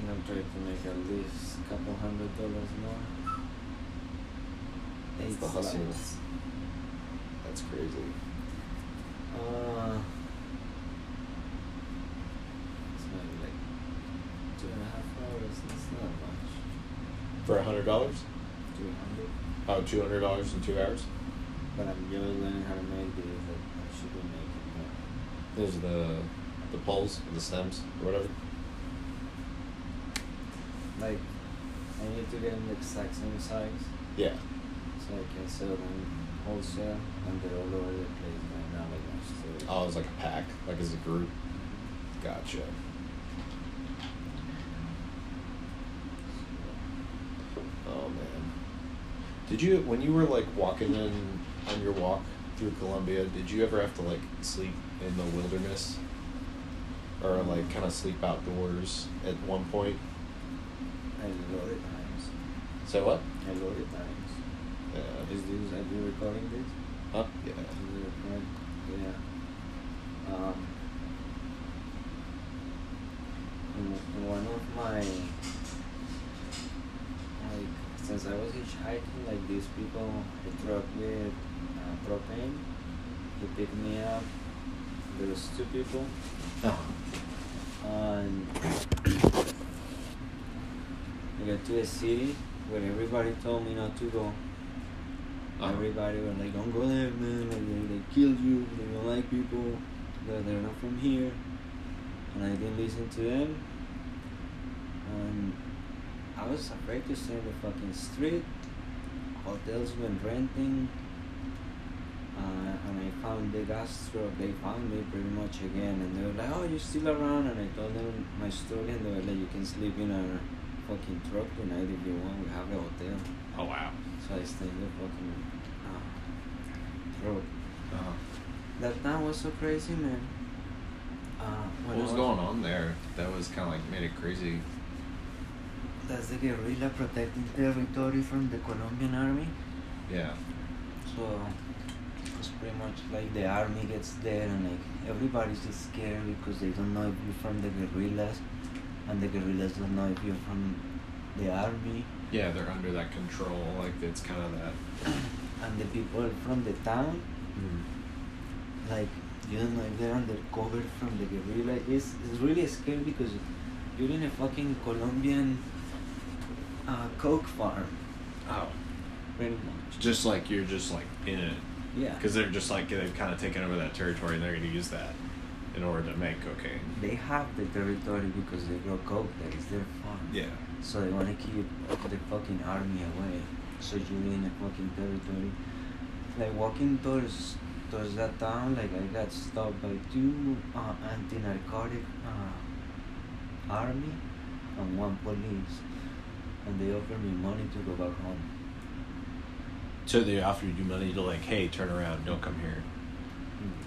And I'm trying to make at least a couple hundred dollars more. That's Eight the hustle. slides. That's crazy. Uh, it's maybe like two and a half hours. It's not much. For a hundred dollars? Two hundred. Oh, two hundred dollars in two hours? But I'm just learning how to make it. But I should be making more. Those are the the poles and the stems or whatever. Like, I need to get them the exact same size Yeah. so I can sell them wholesale, and they're all over the place right now. Like, I'm Oh, it's like a pack, like as a group. Gotcha. Oh man, did you when you were like walking in on your walk through Colombia? Did you ever have to like sleep in the wilderness, or like kind of sleep outdoors at one point? I love it times. Say what? I love it times. Uh, Yeah. Is this, are you recording this? Huh? Yeah. Yeah. Um, in- in one of my like since I was hitchhiking, like these people, a truck with uh, propane, they picked me up. There was two people, Uh-huh. and I got to a city where everybody told me not to go. Uh-huh. Everybody was like, don't go there, man. Like, they, they kill you. They don't like people. They're, they're not from here. And I didn't listen to them. And I was afraid to stay in the fucking street. Hotels went renting. Uh, and I found the gas truck. They found me pretty much again. And they were like, oh, you're still around. And I told them my story. And they were like, you can sleep in our fucking truck tonight if you want. We have a hotel. Oh wow. So I stayed in the fucking uh, road. Uh-huh. That time was so crazy, man. Uh, when What I was going on there? That was kind of like made it crazy. That's the guerrilla protecting territory from the Colombian army. Yeah. So it's pretty much like the army gets there and like everybody's just scared because they don't know if you're from the guerrillas, and the guerrillas don't know if you're from the army. Yeah, they're under that control. Like it's kind of that. and the people from the town, Hmm. like you don't know if they're undercover from the guerrilla. It's, it's really scary because you're in a fucking Colombian uh, coke farm, Oh. pretty much. Just like you're just like in it. Yeah. Because they're just like, they've kind of taken over that territory and they're going to use that in order to make cocaine. they have the territory because they grow coke there. It's their farm. Yeah. So they want to keep the fucking army away. So you're in a fucking territory. Like walking towards towards that town, like I got stopped by two uh, anti-narcotic uh, army and one police, and they offered me money to go back home. So they offered you money to, like, hey, turn around, don't come here.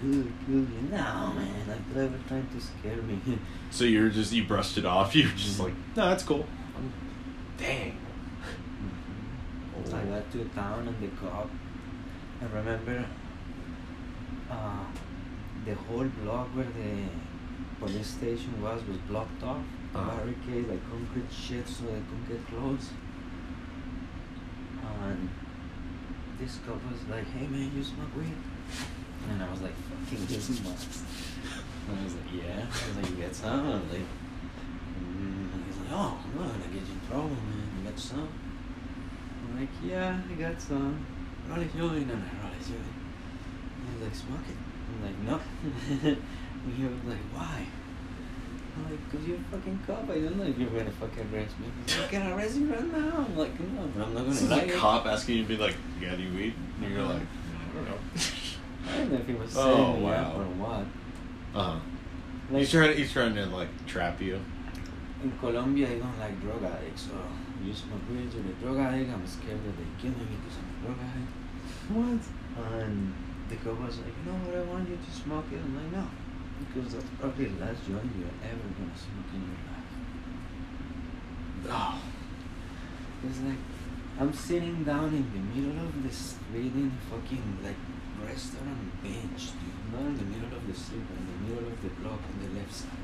Dude, dude, you know, man, like they were trying to scare me. So you're just, you brushed it off. You're just like, no, that's cool. Um, I'm- Dang. I got to town and the cop. I remember uh, the whole block where the police station was was blocked off, Ah. barricade, like concrete shit, so they couldn't get close. And this cop was like, "Hey man, you smoke weed?" And I was like, "Fucking yes, And I was like, "Yeah." I was like, "You got some?" And I was like, mm. and he's like, "Oh, no, I'm gonna get you in trouble, man. You got some?" I'm like, yeah, I got some. Roll a joint, and I roll a joint. And he's like, smoke it. I'm like, no. and he was like, why? I'm like, cause you're a fucking cop. I don't know if you're gonna fucking arrest me. He's like, can I arrest you right now? I'm like, no, but I'm not gonna. So that say Uh, it." cop asking you to be like, you got any weed? And you're like, I don't know. I don't know if he was Oh, saying it wow. up or what. Uh-huh. Like he's trying. He's trying to like trap you. in Colombia, I don't like drug addicts. So you smoke weed, you're a drug addict. I'm scared that they kill me because I'm a drug addict. What? And the cop was like, you know what, I want you to smoke it. I'm like, no, because that's probably the last joint you're ever gonna smoke in your life. Oh. It's like, I'm sitting down in the middle of the street in fucking like restaurant bench, dude. Not in the middle of the street, but in the middle of the block on the left side.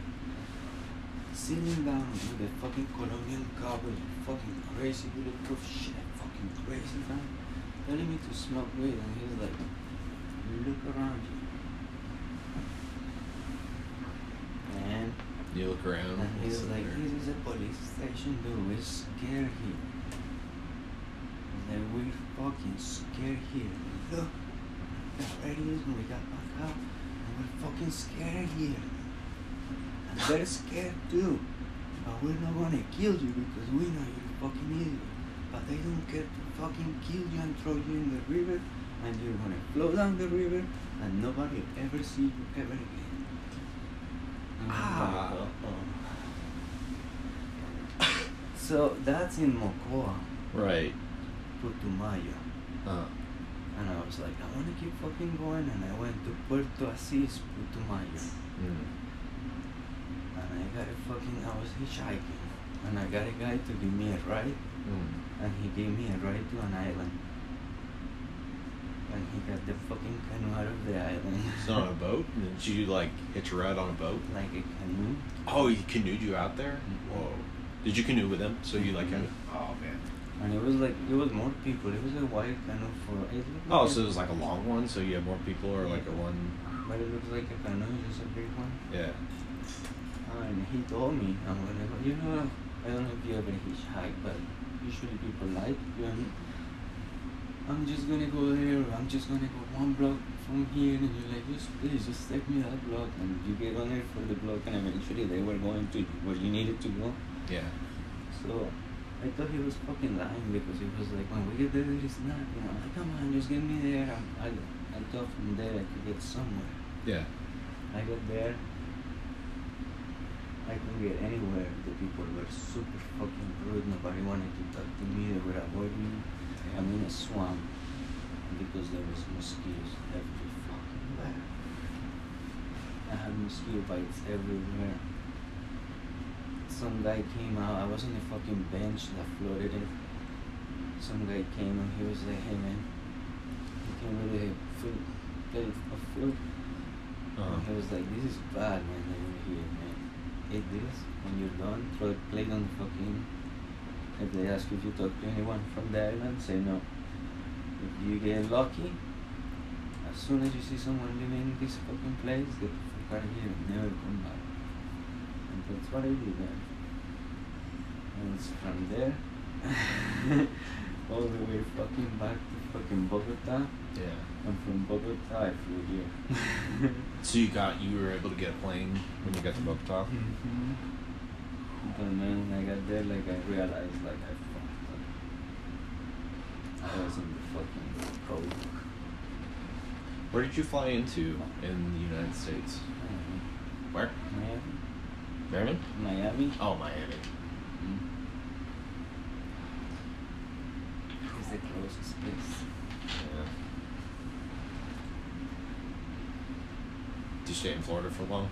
Sitting down with the fucking Colombian cop with the fucking crazy bulletproof shit, fucking crazy man, telling me to smoke weed, and he's like, look around you. Man, You look around. and he was it's like, there. this is a police station, dude. We're scared here. Like, we're fucking scared here. Look, the radios when we got back up, and we're fucking scared here. And they're scared too. But we're not gonna kill you because we know you're a fucking idiot. But they don't care to fucking kill you and throw you in the river and you're gonna flow down the river and nobody will ever see you ever again. And I'm Ah. like, "Uh-oh." so that's in Mocoa, Right. Putumayo. Uh, And I was like, I wanna keep fucking going and I went to Puerto Assis, Putumayo. mm. And I got a fucking, I was hitchhiking. And I got a guy to give me a ride. Mm. And he gave me a ride to an island. And he got the fucking canoe out of the island. It's not on a boat? Did you like hitch a ride on a boat? like Mm-hmm. a canoe. Oh, he canoed you out there? Whoa. Did you canoe with him? So you like had Mm-hmm. Oh man. And it was like, it was more people. It was a white canoe for. It looked Oh, like so a- it was like a long one, so you had more people or like a one But it looks like a canoe, just a big one. yeah. And he told me, I'm gonna go, you know, I don't know if you ever hitchhike, but usually people like you. And I'm just gonna go there, I'm just gonna go one block from here, and you're like, just please, just take me that block. And you get on it for the block, and eventually they were going to where you needed to go. Yeah. So I thought he was fucking lying because he was like, when we get there, there is nothing. I'm like, come on, just get me there. I'm- I, I thought from there I could get somewhere. Yeah. I got there. I couldn't get anywhere. The people were super fucking rude. Nobody wanted to talk to me. They were avoiding me. I'm in a swamp because there was mosquitoes every fucking where. I had mosquito bites everywhere. Some guy came out. I was on a fucking bench that floated it. Some guy came and he was like, "Hey man, you can really food, plate of food." And He was like, this is bad, man, over here, man. Eat this. When you're done, throw a plate on the fucking. If they ask if you talk to anyone from the island, say no. If you get lucky, as soon as you see someone leaving this fucking place, get the fuck out of here and never come back. And that's what I did, man. And it's from there, all the way fucking back to fucking Bogota. Yeah. And from Bogota, I flew here. So you got you were able to get a plane when you got to Bogota? Mhm. But man, when I got there, like I realized, like I fucked up. I was in the fucking cold. Where did you fly into in the United States? Where? Miami, Maryland? Miami. Oh Miami. Mm. It's the closest place. Yeah. Did you stay in Florida for long?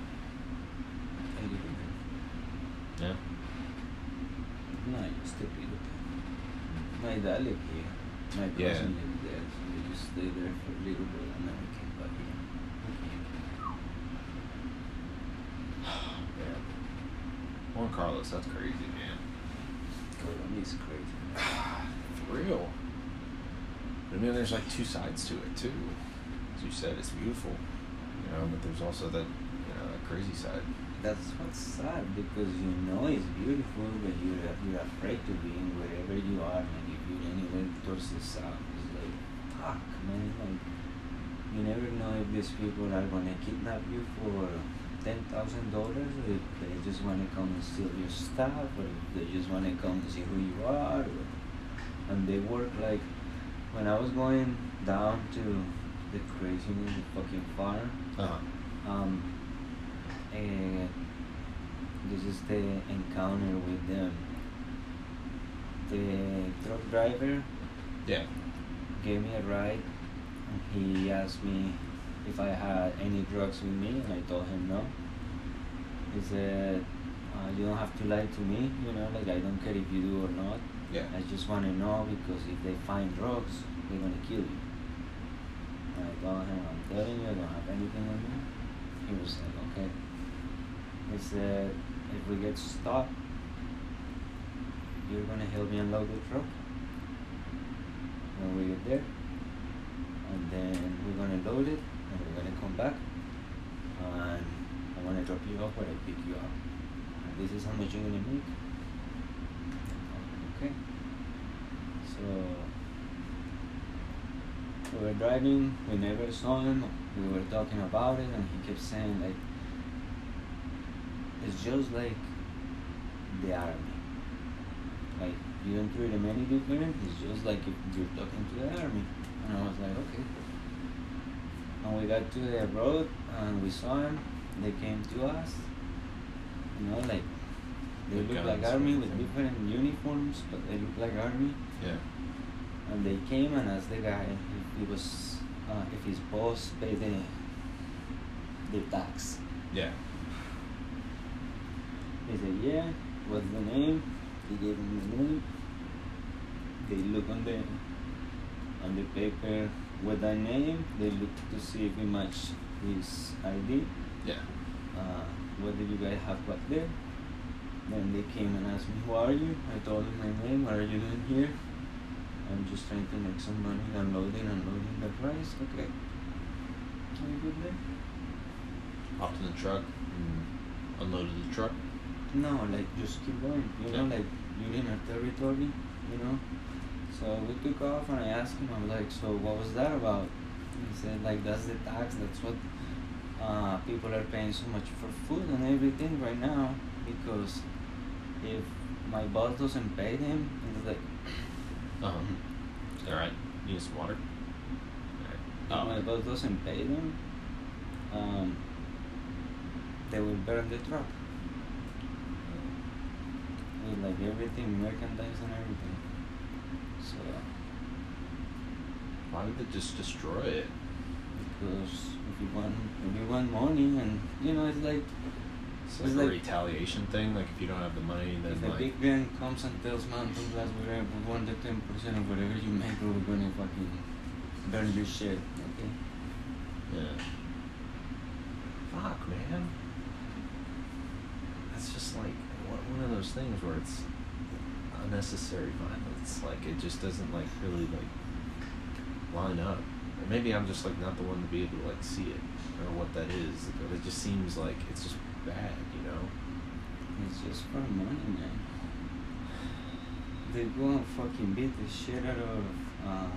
I live in. Yeah. No, I used to be with My dad lived here. My cousin Yeah. lived there. So we just stayed there for a little bit and then we came back here. Yeah. Juan Carlos, that's crazy, man. Colombia is crazy. For real. I mean, there's like two sides to it too. As you said, it's beautiful, you know, but there's also that, you know, that crazy side. That's what's sad because you know it's beautiful, but you're you're afraid to be in wherever you are, and if you're anywhere towards the south, it's like fuck, man. Like you never know if these people are gonna kidnap you for ten thousand dollars, or if they just wanna come and steal your stuff, or if they just wanna come and see who you are, or, and they work like when I was going down to the craziness, the fucking farm. Uh-huh. Um, eh, this is the encounter with them. The truck driver Yeah. gave me a ride and he asked me if I had any drugs with me and I told him no. He said, uh, you don't have to lie to me, you know, like I don't care if you do or not. Yeah. I just want to know because if they find drugs, they're going to kill you. And I told him, I'm telling you, I don't have anything on me. He was like, okay. He said, if we get stopped, you're going to help me unload the truck when we get there. And then we're going to load it and we're going to come back. And I'm going to drop you off or I pick you up. And this is how much you're going to make. Okay. So we were driving, we never saw him, we were talking about it and he kept saying like it's just like the army. Like you don't treat him any different, it's just like if you're talking to the army. And I was like, okay. And we got to the road and we saw them. They came to us. You know, like they With look guns like and army with everything. different uniforms, but they look like army. Yeah. And they came and asked the guy if he was uh, if his boss paid the the tax. Yeah. He said, yeah, what's the name? He gave him his name. They look on the on the paper with the name. They look to see if it match his ID. Yeah. Uh, what did you guys have back there? Then they came and asked me, who are you? I told them my name. What are you doing here? I'm just trying to make some money, unloading, unloading the price. Okay. Are you good there? Hopped in the truck, and unloaded the truck. No, like just keep going. You know, Yeah. like you're in a territory, you know. So we took off, and I asked him. I'm like, so what was that about? He said, like that's the tax. That's what uh, people are paying so much for food and everything right now because if my boss doesn't pay them, it's like "Hmm." Uh huh. Mm-hmm. All right. Need some water. if All my right. Um, boss doesn't pay them, um, they will burn the truck Oh. with like everything, merchandise and everything. So. Why would they just destroy it? because if you want if you want money and you know it's like It's like It's a like- retaliation thing. Like if you don't have the money, then if a like big man comes and tells Mountain Blast whatever we want the ten percent of whatever you make or we're gonna fucking burn your shit. Okay. yeah. Fuck, man. That's just like one one of those things where it's unnecessary violence. Like it just doesn't like really like line up. Or maybe I'm just like not the one to be able to like see it or what that is. But it just seems like it's just bad, you know. It's just for money man. They go and fucking beat the shit out of uh,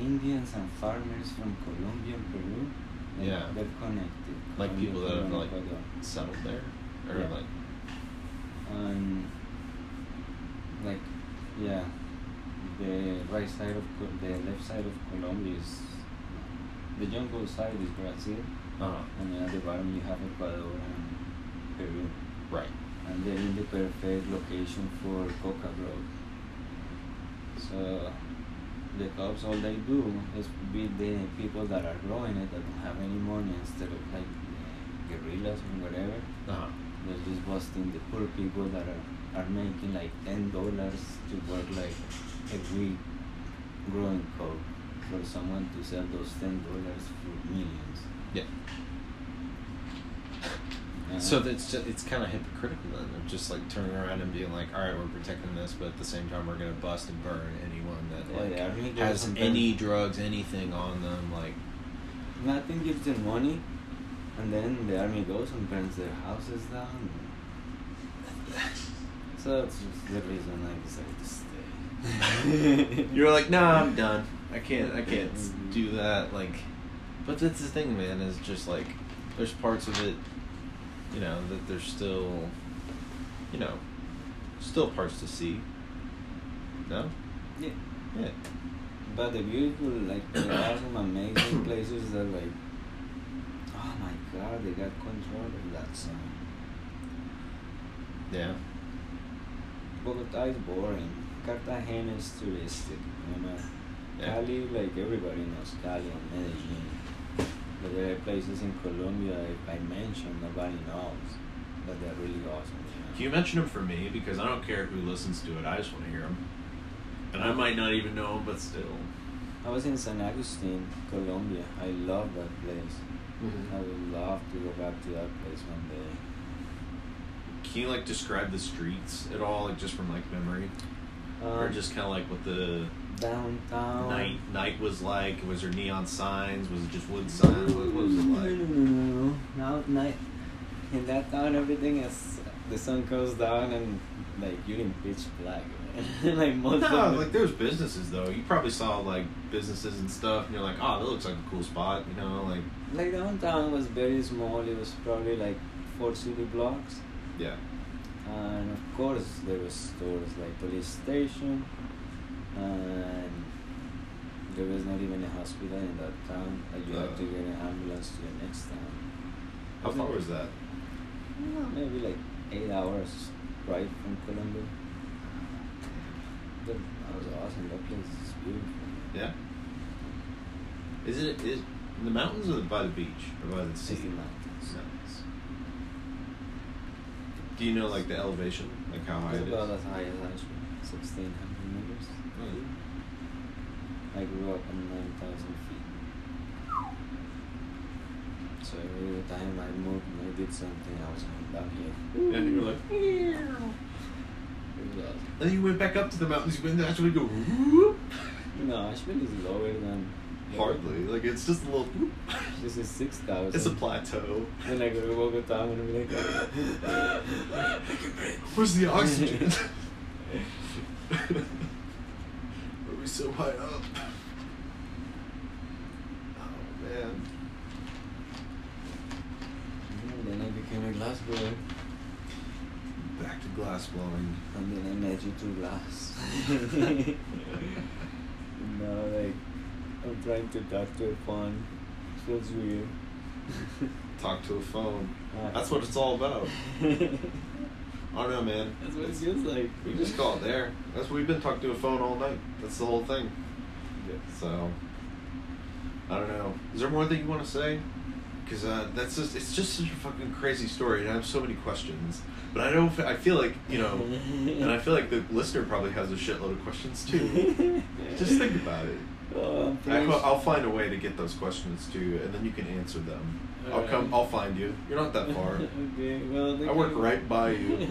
Indians and farmers from Colombia and Peru. Like, Yeah. They're connected. Like Colombia, people that have Peru, and like uh, Ecuador. settled there or Yeah. like on like yeah the right side of Co- the left side of Colombia is the jungle side is Brazil uh and at the bottom you have Ecuador and Peru right. and they're in the perfect location for coca growth so the cops all they do is beat the people that are growing it that don't have any money instead of like uh, guerrillas or whatever Uh huh. they're just busting the poor people that are, are making like ten dollars to work like a week growing coke for someone to sell those ten dollars for millions. Yeah. Uh, So that's just, it's kind of hypocritical then of just like turning around and being like, all right, we're protecting this, but at the same time, we're gonna bust and burn anyone Oh, Yeah, that the like army goes has and any burns. drugs, anything on them. Like, nothing gives them money, and then the army goes and burns their houses down. So that's just the reason I decided to stay. you're like, no, I'm done. I can't. I can't s- do that. Like, but that's the thing, man. Is just like, there's parts of it, you know, that there's still, you know, still parts to see. No. yeah. Yeah. But the beautiful, like, there are some amazing places that, like, oh my god, they got control of that song. Yeah. Bogota is boring. Cartagena is touristic, you know. Yeah. Cali, like, everybody knows Cali and Medellin. But there are places in Colombia, if I mention, nobody knows. But they're really awesome, Can you you know. mention them for me? Because I don't care who listens to it. I just want to hear them. And I might not even know them, but still. I was in San Agustin, Colombia. I love that place. Mm-hmm. I would love to go back to that place one day. Can you like describe the streets at all, like just from like memory, or Um, just kind of like what the downtown. night night was like? Was there neon signs? Was it just wood signs? What, what was it No, no, like? no, no, no. Now, night. In that town, everything is. The sun goes down and, like, you're in pitch black. like, most No, of uh, like the, there's businesses though. You probably saw like businesses and stuff, and you're like, oh, that looks like a cool spot. You know, like like, downtown was very small. It was probably like four city blocks. yeah, And of course, there were stores like police station and there is not even a hospital in that town. Like you have to get an ambulance to the next town. How far was that? Maybe like eight hours ride from Colombo. That that was awesome. That place is beautiful. Yeah. Is it is in the mountains or by the beach or by the It's sea? just the mountains. Mountains. Do you know like the elevation, like how high It's it is? about as high as Ashburn, sixteen hundred meters. Really? Hmm. I grew up on nine thousand feet. So every time I moved and I did something, I was going down here. Yeah, you were like. It was awesome. Then you went back up to the mountains. You went there, actually go. Whoop. No, Ashburn is lower than. Hardly, like it's just a little. whoop. This is six thousand. It's a plateau. Then I go to Bogota, I'm gonna be like. Where's the oxygen? Are we so high up? Oh man. And then I became a glass blower, Back to glass blowing. and then I measured through glass. And now, like, I'm trying to talk to a phone. Feels weird. Talk to a phone. Uh, That's what it's all about. That's I don't know, man. what it feels like. We just call it there. That's what we've been talking to a phone all night. That's the whole thing. So I don't know. Is there more that you want to say? Because uh, that's just it's just such a fucking crazy story, and I have so many questions. But I don't. I feel like you know, and I feel like the listener probably has a shitload of questions too. just think about it. Oh, I'm I, pretty will sure- I'll find a way to get those questions to you, and then you can answer them. I'll come. I'll find you. You're not that far. okay, well, they I work can- right by you.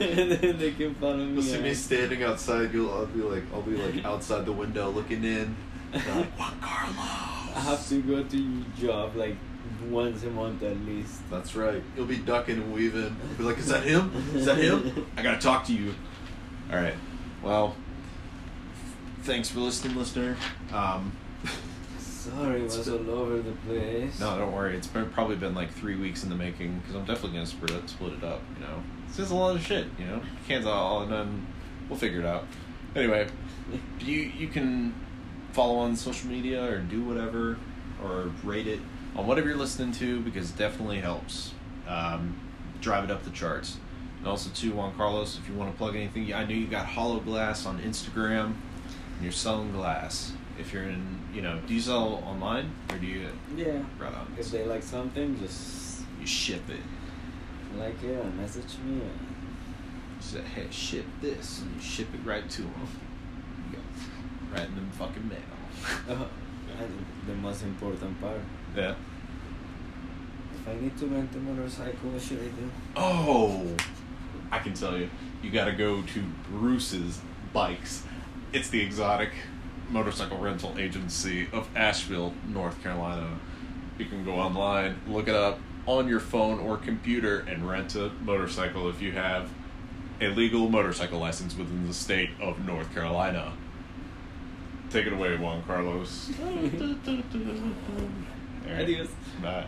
they can follow me. You'll see on- me standing outside. You'll I'll be like I'll be like outside the window looking in. And I'm like, Juan Carlos. I have to go to your job like once a month at least. That's right. You'll be ducking and weaving. You'll be like, is that him? Is that him? I gotta talk to you. All right. Well, thanks for listening, listener. Um, Sorry, it was all over the place. no, don't worry. It's been, probably been like three weeks in the making because I'm definitely gonna split it, split it up. You know, it's just a lot of shit. You know, Kansas all and then we'll figure it out. Anyway, do you you can follow on social media or do whatever or rate it on whatever you're listening to because it definitely helps um, drive it up the charts. And also too, Juan Carlos, if you want to plug anything, I know you got Hollow Glass on Instagram. And you're selling glass. If you're in, you know, do you sell online or do you Yeah. right on? If they like something, just You ship it. like it and message me. and- You say, hey, ship this, and you ship it right to them. Right in the fucking mail. Oh, and the most important part. yeah. If I need to rent a motorcycle, what should I do? Oh, I can tell you. You got to go to Bruce's Bikes. It's the exotic motorcycle rental agency of Asheville, North Carolina. You can go online, look it up on your phone or computer, and rent a motorcycle if you have a legal motorcycle license within the state of North Carolina. Take it away, Juan Carlos. All right. Adios. Bye.